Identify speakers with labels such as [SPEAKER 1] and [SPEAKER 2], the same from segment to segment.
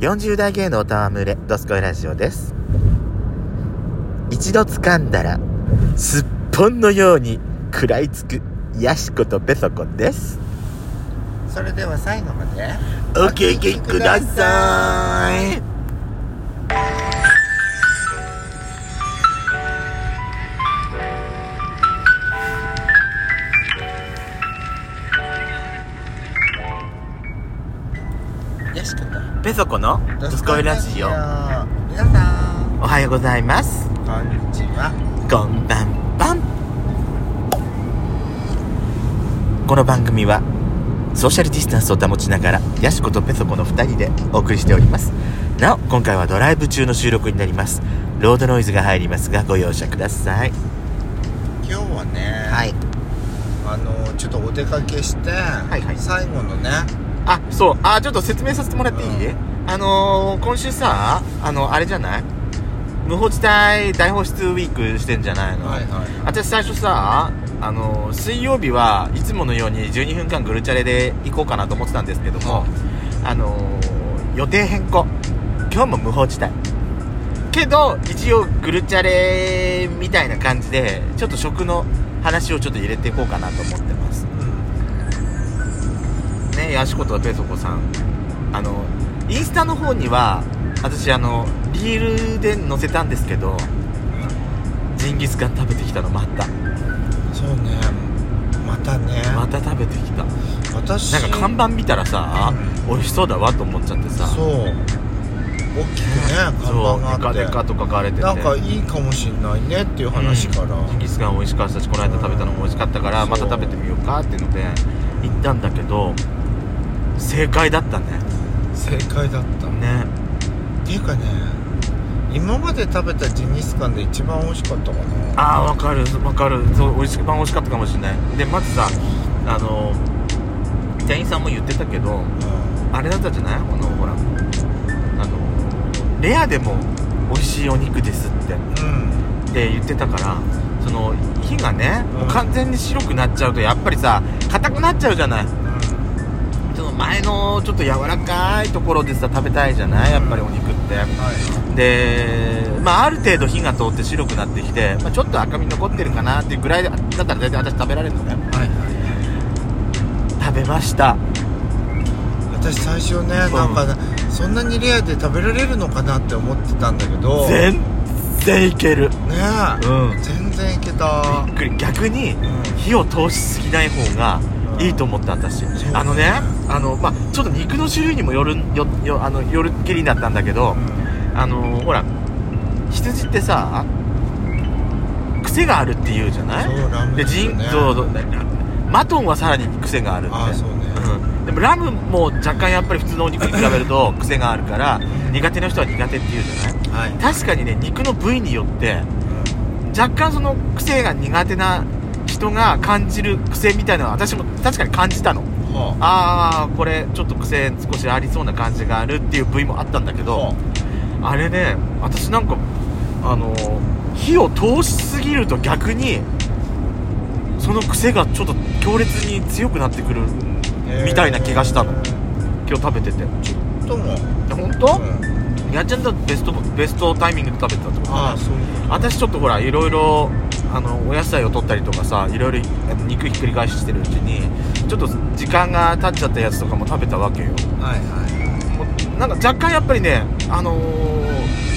[SPEAKER 1] 40代芸能戯れドスコイラジオです一度掴んだらすっぽんのように食らいつくヤシコとペソコです
[SPEAKER 2] それでは最後まで
[SPEAKER 1] お聞きください
[SPEAKER 2] よしこと
[SPEAKER 1] ペソコのドスコイラジオ
[SPEAKER 2] 皆さん
[SPEAKER 1] おはようございます
[SPEAKER 2] こんにちは
[SPEAKER 1] こんばんばんこの番組はソーシャルディスタンスを保ちながらヤシコとペソコの2人でお送りしておりますなお今回はドライブ中の収録になりますロードノイズが入りますがご容赦ください
[SPEAKER 2] 今日はね、
[SPEAKER 1] い
[SPEAKER 2] あのちょっとお出かけして、
[SPEAKER 1] いはい
[SPEAKER 2] 最後のね
[SPEAKER 1] あそうあちょっと説明させてもらっていい、あのー、今週さあのあれじゃない無法地帯大放出ウィークしてんじゃないの、
[SPEAKER 2] はいはい
[SPEAKER 1] 私最初さあの水曜日はいつものように12分間グルチャレで行こうかなと思ってたんですけども、あの予定変更今日も無法地帯けど一応グルチャレみたいな感じでちょっと食の話をちょっと入れていこうかなと思ってますねやしことペソコさんあのインスタの方には私あのリールで載せたんですけどジンギスカン食べてきたのまた
[SPEAKER 2] そうねまたね
[SPEAKER 1] また食べてきた
[SPEAKER 2] 私
[SPEAKER 1] なんか看板見たらさ、
[SPEAKER 2] う
[SPEAKER 1] 美味しそうだわと思っちゃってさ
[SPEAKER 2] そう大きくね看
[SPEAKER 1] そう
[SPEAKER 2] 板があって
[SPEAKER 1] デカデカと書かれてて
[SPEAKER 2] なんかいいかもしんないねっていう話から、
[SPEAKER 1] ジンギスカン美味しかったしこの間食べたのも美味しかったから
[SPEAKER 2] うん
[SPEAKER 1] また食べてみようかっていうので行ったんだけど正解だったね
[SPEAKER 2] 正解だった、
[SPEAKER 1] ね
[SPEAKER 2] っていうかね今まで食べたジンギスカンで一番美味しかったかな
[SPEAKER 1] ああわかるわかるそう美味しく番美味しかったかもしれないでまずさあの店員さんも言ってたけど
[SPEAKER 2] うん
[SPEAKER 1] あれだったじゃないこのほらあのレアでも美味しいお肉ですって
[SPEAKER 2] うん
[SPEAKER 1] って言ってたからその火がねもう完全に白くなっちゃうとやっぱりさ硬くなっちゃうじゃないその前のちょっと柔らかいところでさ食べたいじゃないやっぱりお肉って
[SPEAKER 2] はい
[SPEAKER 1] で、まあ、ある程度火が通って白くなってきて、まあ、ちょっと赤み残ってるかなっていうぐらいだったら大体私食べられるのね
[SPEAKER 2] はいはい
[SPEAKER 1] 食べました
[SPEAKER 2] 私最初ね
[SPEAKER 1] うん
[SPEAKER 2] なんかそんなにレアで食べられるのかなって思ってたんだけどね
[SPEAKER 1] 全然いける
[SPEAKER 2] え
[SPEAKER 1] うん
[SPEAKER 2] 全然いけた
[SPEAKER 1] びっくり逆に
[SPEAKER 2] うん
[SPEAKER 1] 火を通しすぎない方がいいと思った私
[SPEAKER 2] そう
[SPEAKER 1] あのねあの、まあ、ちょっと肉の種類にもよるよよあのよるっきりだったんだけど、あのほら羊ってさ癖があるって言うじゃない
[SPEAKER 2] そうラム
[SPEAKER 1] で
[SPEAKER 2] です
[SPEAKER 1] ジ
[SPEAKER 2] よ
[SPEAKER 1] ン
[SPEAKER 2] ね
[SPEAKER 1] そうそうマトンはさらに癖があるんで
[SPEAKER 2] あーそうね
[SPEAKER 1] うん、でもラムも若干やっぱり普通のお肉に比べると癖があるから苦手な人は苦手って言うじゃない
[SPEAKER 2] はい
[SPEAKER 1] 確かにね肉の部位によって若干その癖が苦手な人が感じる癖みたいなのは私も確かに感じたの
[SPEAKER 2] は
[SPEAKER 1] ああこれちょっと癖少しありそうな感じがあるっていう部位もあったんだけ
[SPEAKER 2] あ
[SPEAKER 1] ど、
[SPEAKER 2] は
[SPEAKER 1] あれね私なんかあのー火を通しすぎると逆にその癖がちょっと強烈に強くなってくる
[SPEAKER 2] へー
[SPEAKER 1] みたいな気がしたの今日食べてて
[SPEAKER 2] あとも
[SPEAKER 1] 本当
[SPEAKER 2] う、ん
[SPEAKER 1] やっちゃんとベストベストタイミングで食べてたってこと
[SPEAKER 2] ああそう
[SPEAKER 1] 私ちょっとほらいろいろあのお野菜を取ったりとかさいろいろあの肉ひっくり返ししてるうちにちょっと時間が経っちゃったやつとかも食べたわけよ
[SPEAKER 2] はいは
[SPEAKER 1] もうなんか若干やっぱりねあの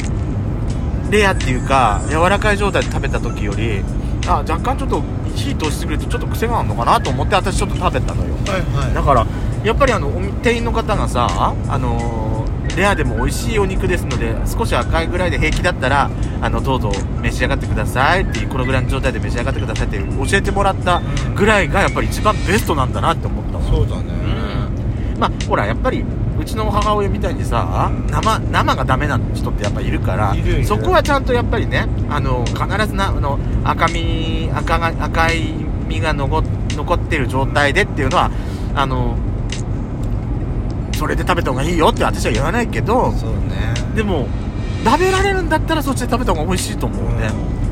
[SPEAKER 1] ーレアっていうか柔らかい状態で食べた時よりあ若干ちょっと火通してくれるとちょっと癖があるのかなと思って私ちょっと食べたのよ
[SPEAKER 2] いはい
[SPEAKER 1] だ
[SPEAKER 2] は
[SPEAKER 1] からやっぱりあのお店員の方がさあのーレアでも美味しいお肉ですので少し赤いぐらいで平気だったらあのどうぞ召し上がってくださいっていうこのぐらいの状態で召し上がってくださいって教えてもらったぐらいがやっぱり一番ベストなんだなって思ったわ
[SPEAKER 2] いそうだね
[SPEAKER 1] まあほらやっぱりうちの母親みたいにさ生生がダメな人ってやっぱいるから
[SPEAKER 2] いるいる
[SPEAKER 1] そこはちゃんとやっぱりねあの必ずなあの赤み赤が赤い実が残っ残ってる状態でっていうのはあのそれで食べた方がいいよって私は言わないけど
[SPEAKER 2] そうね
[SPEAKER 1] でも食べられるんだったらそっちで食べた方が美味しいと思うね、
[SPEAKER 2] うん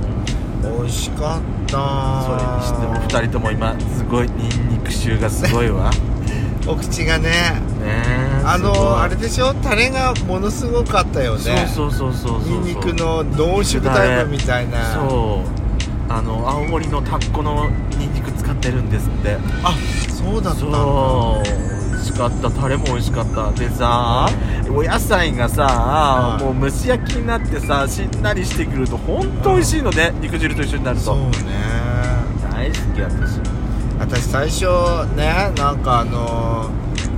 [SPEAKER 2] 美味しかった
[SPEAKER 1] それにしても2人とも今すごいニンニク臭がすごいわ
[SPEAKER 2] お口がね
[SPEAKER 1] ね
[SPEAKER 2] あ
[SPEAKER 1] すごい
[SPEAKER 2] のあれでしょタレがものすごかったよね
[SPEAKER 1] そうそうそうそうそう
[SPEAKER 2] ニンニクの濃縮タイプみたいな
[SPEAKER 1] そうあの青森のタッコのニンニク使ってるんですって
[SPEAKER 2] あそうだったんだ
[SPEAKER 1] そう美味しかったタレも美味しかったでさお野菜がさ
[SPEAKER 2] はい
[SPEAKER 1] もう蒸し焼きになってさしんなりしてくるとほんと美味しいのね肉汁と一緒になる
[SPEAKER 2] そう
[SPEAKER 1] と
[SPEAKER 2] ね
[SPEAKER 1] 大好き私
[SPEAKER 2] 私最初ねなんかあの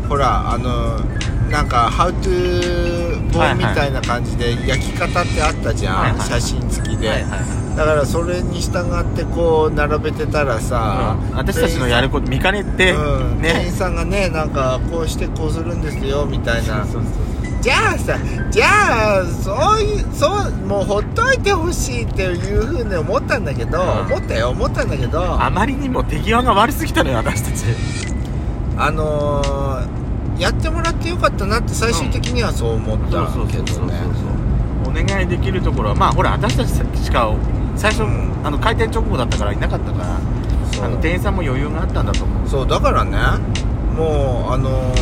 [SPEAKER 2] ーほらあのーなんかハウトゥー
[SPEAKER 1] はいは
[SPEAKER 2] 本
[SPEAKER 1] い
[SPEAKER 2] みたいな感じで焼き方ってあったじゃん、
[SPEAKER 1] はいはい
[SPEAKER 2] 写真付きで、
[SPEAKER 1] はいはいはい
[SPEAKER 2] だからそれに従ってこう並べてたらさ、
[SPEAKER 1] うん私たちのやること見かねて
[SPEAKER 2] うん店員
[SPEAKER 1] ね
[SPEAKER 2] さんがねなんかこうしてこうするんですよみたいな
[SPEAKER 1] そうそうそう
[SPEAKER 2] じゃあさじゃあそういうそうもうほっといてほしいっていうふうに思ったんだけど、
[SPEAKER 1] うん
[SPEAKER 2] 思ったよ思ったんだけど
[SPEAKER 1] あまりにも手際が悪すぎたのよ私たち
[SPEAKER 2] あのーやってもらってよかったなって最終的にはそう思っ
[SPEAKER 1] そう
[SPEAKER 2] た
[SPEAKER 1] そう
[SPEAKER 2] け
[SPEAKER 1] そうそう
[SPEAKER 2] どね
[SPEAKER 1] そうお願いできるところはまあほら私たちしか最初、
[SPEAKER 2] うん
[SPEAKER 1] あの開店直後だったからいなかったから
[SPEAKER 2] そう
[SPEAKER 1] あの店員さんも余裕があったんだと思う
[SPEAKER 2] そうだからねもうあの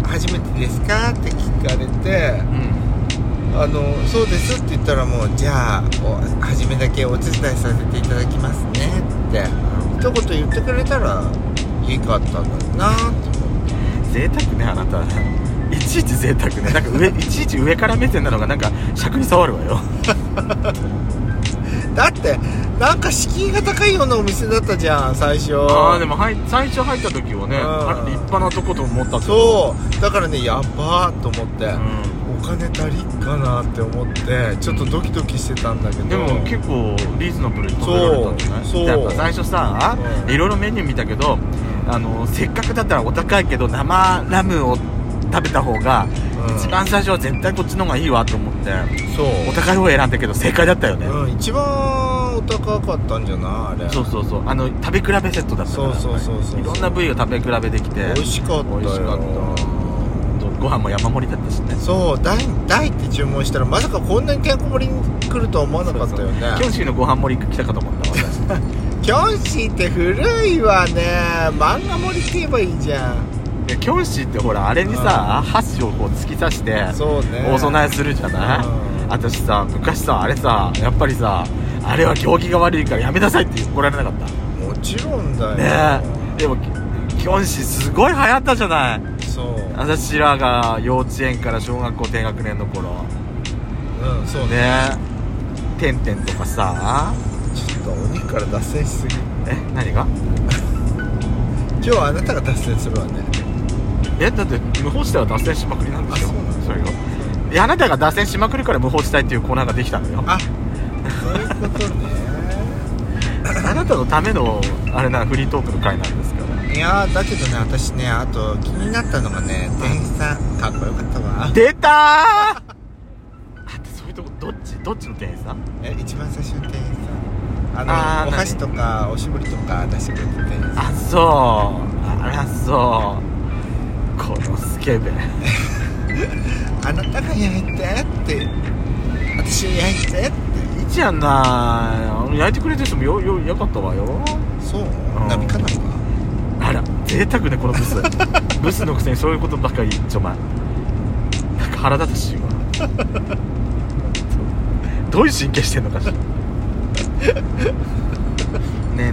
[SPEAKER 2] ー初めてですか?」って聞かれて
[SPEAKER 1] うん
[SPEAKER 2] 「あのそうです」って言ったらもう「じゃあお初めだけお手伝いさせていただきますね」って一言言ってくれたらいいかったんだなって思っ
[SPEAKER 1] 贅
[SPEAKER 2] て
[SPEAKER 1] 沢ねあなたいちいち贅沢ねなんか 上いちいち上から目線なのがなんか尺に触るわよ
[SPEAKER 2] だってなんか敷居が高いようなお店だったじゃん最初
[SPEAKER 1] ああでもはい最初入った時はね
[SPEAKER 2] うん
[SPEAKER 1] あれ立派なとこと思ったけど
[SPEAKER 2] そうだからねやばーと思って、お金足りっかなって思ってちょっとドキドキしてたんだけど
[SPEAKER 1] でも結構リーズナブルに食べられたんじゃない
[SPEAKER 2] そう
[SPEAKER 1] やっぱ最初さ
[SPEAKER 2] うん
[SPEAKER 1] いろいろメニュー見たけどあのせっかくだったらお高いけど生ラムを食べた方が
[SPEAKER 2] うん
[SPEAKER 1] 一番最初は絶対こっちの方がいいわと思って
[SPEAKER 2] そう
[SPEAKER 1] お高い方を選んだけど正解だったよね
[SPEAKER 2] うん、一番お高かったんじゃないあれ
[SPEAKER 1] そうそうそうあの食べ比べセットだったから
[SPEAKER 2] そうそうそうそう
[SPEAKER 1] いろんな部位を食べ比べできて
[SPEAKER 2] 美味しかったよ
[SPEAKER 1] 美味しかったご飯も山盛りだったしね
[SPEAKER 2] そう大大って注文したらまさかこんなにてんこ盛りに来るとは思わなかったよね
[SPEAKER 1] キョンシーのご飯盛り来たかと思った私
[SPEAKER 2] キョンシーって古いわね漫画盛りって言えばいいじゃん
[SPEAKER 1] でキョンシーってほらあれにさ箸をこう突き刺して
[SPEAKER 2] そうね
[SPEAKER 1] お供えするじゃない
[SPEAKER 2] うん
[SPEAKER 1] 私さ昔さあれさやっぱりさあれは行儀が悪いからやめなさいって怒られなかった
[SPEAKER 2] もちろんだよ
[SPEAKER 1] ねえでもキキョンシーすごい流行ったじゃない
[SPEAKER 2] そう
[SPEAKER 1] 私らが幼稚園から小学校低学年の頃
[SPEAKER 2] うんそうね
[SPEAKER 1] ねてんてんとかさ
[SPEAKER 2] ちょっとお肉から脱線しすぎ
[SPEAKER 1] え何が
[SPEAKER 2] 今日はあなたが脱線するわね
[SPEAKER 1] えだって無法地帯は脱線しまくりなんですよ
[SPEAKER 2] あそうなんだ
[SPEAKER 1] それよいやあなたが脱線しまくるから無法地帯っていうコーナーができたのよあ
[SPEAKER 2] あそういうことね
[SPEAKER 1] なたのためのあれなフリートークの回なんですから
[SPEAKER 2] いやーだけどね私ねあと気になったのがね店員さんかっこよかったわ
[SPEAKER 1] 出たーあってそういうとこどっちどっちの店員さん
[SPEAKER 2] え一番最初の店員さんあ
[SPEAKER 1] あー
[SPEAKER 2] のお箸とかおしぼりとか出してくれて店員さん
[SPEAKER 1] あそうあらそうこのスケベ
[SPEAKER 2] あなたが焼いてって私を焼いてって
[SPEAKER 1] いいじゃない焼いてくれてる人もよよよかったわよ
[SPEAKER 2] そう
[SPEAKER 1] うん
[SPEAKER 2] ナビかなんか
[SPEAKER 1] あら贅沢ねこのブ スブスのくせにそういうことばっかり言っちょお前なんか腹立たしいわどういう神経してんのかしらねえね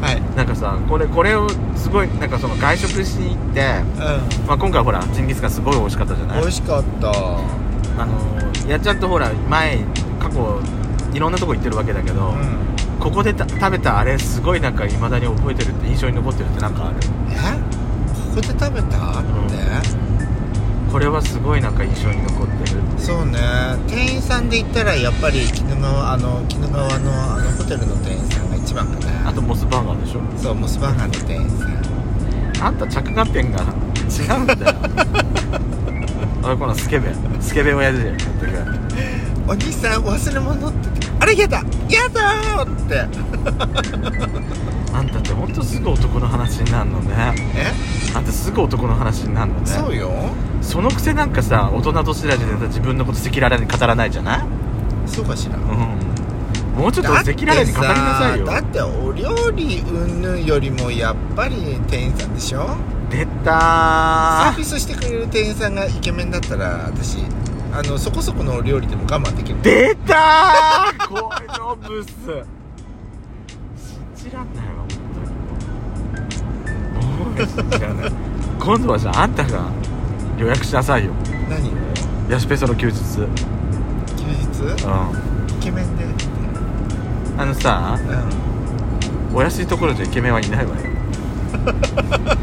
[SPEAKER 2] はい
[SPEAKER 1] えなんかさこれこれをすごいなんかその外食しに行って、
[SPEAKER 2] う
[SPEAKER 1] まあ、今回ほらジンギスカンすごい美味しかったじゃなんい
[SPEAKER 2] 美味しかった
[SPEAKER 1] あのやっちゃんとほら前過去いろんなとこ行ってるわけだけど、
[SPEAKER 2] うん
[SPEAKER 1] ここでた食べたあれすごいなんかいまだに覚えてるって印象に残ってるってなんかある
[SPEAKER 2] えここで食べたって、
[SPEAKER 1] これはすごいなんか印象に残ってる
[SPEAKER 2] そうね店員さんで言ったらやっぱり鬼怒川あの鬼怒川のあのホテルの店員さんが一番かな
[SPEAKER 1] あとモスバーガーでしょ
[SPEAKER 2] そうモスバーガーの店員さん
[SPEAKER 1] あんた着眼点が違うんだ よあれこのスケベスケベ親父だよ全く
[SPEAKER 2] お兄さん忘れ物ってあれやだやだーって
[SPEAKER 1] あんたってほんとすぐ男の話になるのね
[SPEAKER 2] え
[SPEAKER 1] あんたすぐ男の話になるのね
[SPEAKER 2] そうよ
[SPEAKER 1] そのくせなんかさ大人としてらじでさ自分のこと赤裸々に語らないじゃない
[SPEAKER 2] そうかしら
[SPEAKER 1] うんもうちょっと
[SPEAKER 2] だ
[SPEAKER 1] 赤
[SPEAKER 2] って
[SPEAKER 1] 裸々に語りなさいよ
[SPEAKER 2] さだってお料理うんぬんよりもやっぱり店員さんでしょ
[SPEAKER 1] 出
[SPEAKER 2] サ
[SPEAKER 1] た
[SPEAKER 2] ービスしてくれる店員さんがイケメンだったら私あのそこそこの料理でも我慢できる
[SPEAKER 1] ー出たーこのブス信じらんないわ本当に信じらんない今度はじゃああんたが予約しなさいよ
[SPEAKER 2] 何
[SPEAKER 1] ヤシペソの休日うん
[SPEAKER 2] 休日イケメンで
[SPEAKER 1] あのさ
[SPEAKER 2] う
[SPEAKER 1] お安いところじゃイケメンはいないわよ
[SPEAKER 2] ん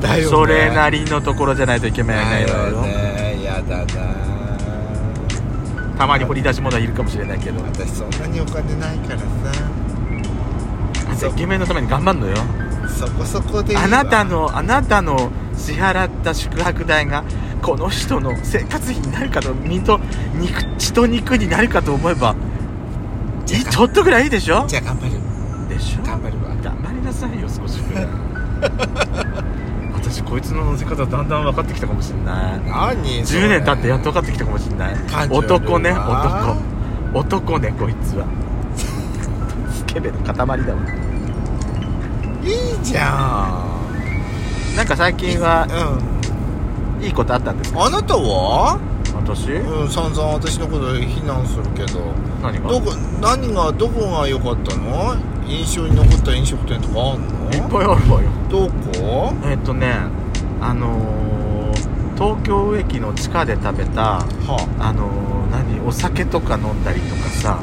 [SPEAKER 2] だよね
[SPEAKER 1] それなりのところじゃないとイケメンはいないわ
[SPEAKER 2] だ
[SPEAKER 1] よ
[SPEAKER 2] よねやだな
[SPEAKER 1] たまに掘り出し物はいるかもしれないけど
[SPEAKER 2] 私そんなにお金ないから
[SPEAKER 1] あんたイケメンのために頑張んのよ
[SPEAKER 2] さそこそこでいいわ
[SPEAKER 1] あなたのあなたの支払った宿泊代がこの人の生活費になるかと身と肉血と肉になるかと思えばいいちょっとぐらいいいでしょ
[SPEAKER 2] じゃあ頑張る
[SPEAKER 1] でしょ
[SPEAKER 2] 頑張るわ
[SPEAKER 1] 頑張りなさいよ少しぐらい 私こいつの乗せ方だんだん分かってきたかもしれない
[SPEAKER 2] 何それ
[SPEAKER 1] 10年経ってやっと分かってきたかもしれない
[SPEAKER 2] 感情の
[SPEAKER 1] 男ね
[SPEAKER 2] ルールは
[SPEAKER 1] 男男ねこいつは スケベの塊だわ
[SPEAKER 2] いいじゃん
[SPEAKER 1] なんか最近は
[SPEAKER 2] う
[SPEAKER 1] いいことあったんですか
[SPEAKER 2] んあなたは
[SPEAKER 1] 私
[SPEAKER 2] うん散々私のこと非難するけど
[SPEAKER 1] 何が
[SPEAKER 2] どこ何がどこが良かったの印象に残った飲食店とかあんの
[SPEAKER 1] いっぱいあるわよ
[SPEAKER 2] どこ
[SPEAKER 1] えっ、とねあのー、東京駅の地下で食べた
[SPEAKER 2] は
[SPEAKER 1] あのー、何お酒とか飲んだりとかさ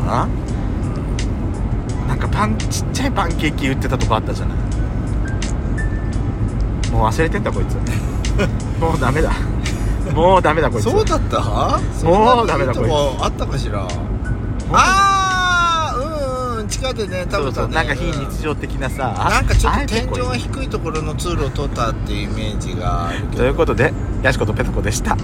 [SPEAKER 1] なんかパンちっちゃいパンケーキ売ってたとこあったじゃないもう忘れてんだこいつ もうダメだもうダメだこいつ
[SPEAKER 2] そうだった
[SPEAKER 1] も
[SPEAKER 2] そう
[SPEAKER 1] ダメだ
[SPEAKER 2] とこあったかしらああうんうん地下でね
[SPEAKER 1] そ
[SPEAKER 2] 食べ
[SPEAKER 1] うそ
[SPEAKER 2] た
[SPEAKER 1] う
[SPEAKER 2] ね
[SPEAKER 1] なんか非
[SPEAKER 2] うん
[SPEAKER 1] 日常的なさ
[SPEAKER 2] なんかちょっと天井
[SPEAKER 1] が
[SPEAKER 2] が低いところの通路を通ったっていうイメージがあるけ
[SPEAKER 1] と
[SPEAKER 2] ど
[SPEAKER 1] いうことでやしことペトコでした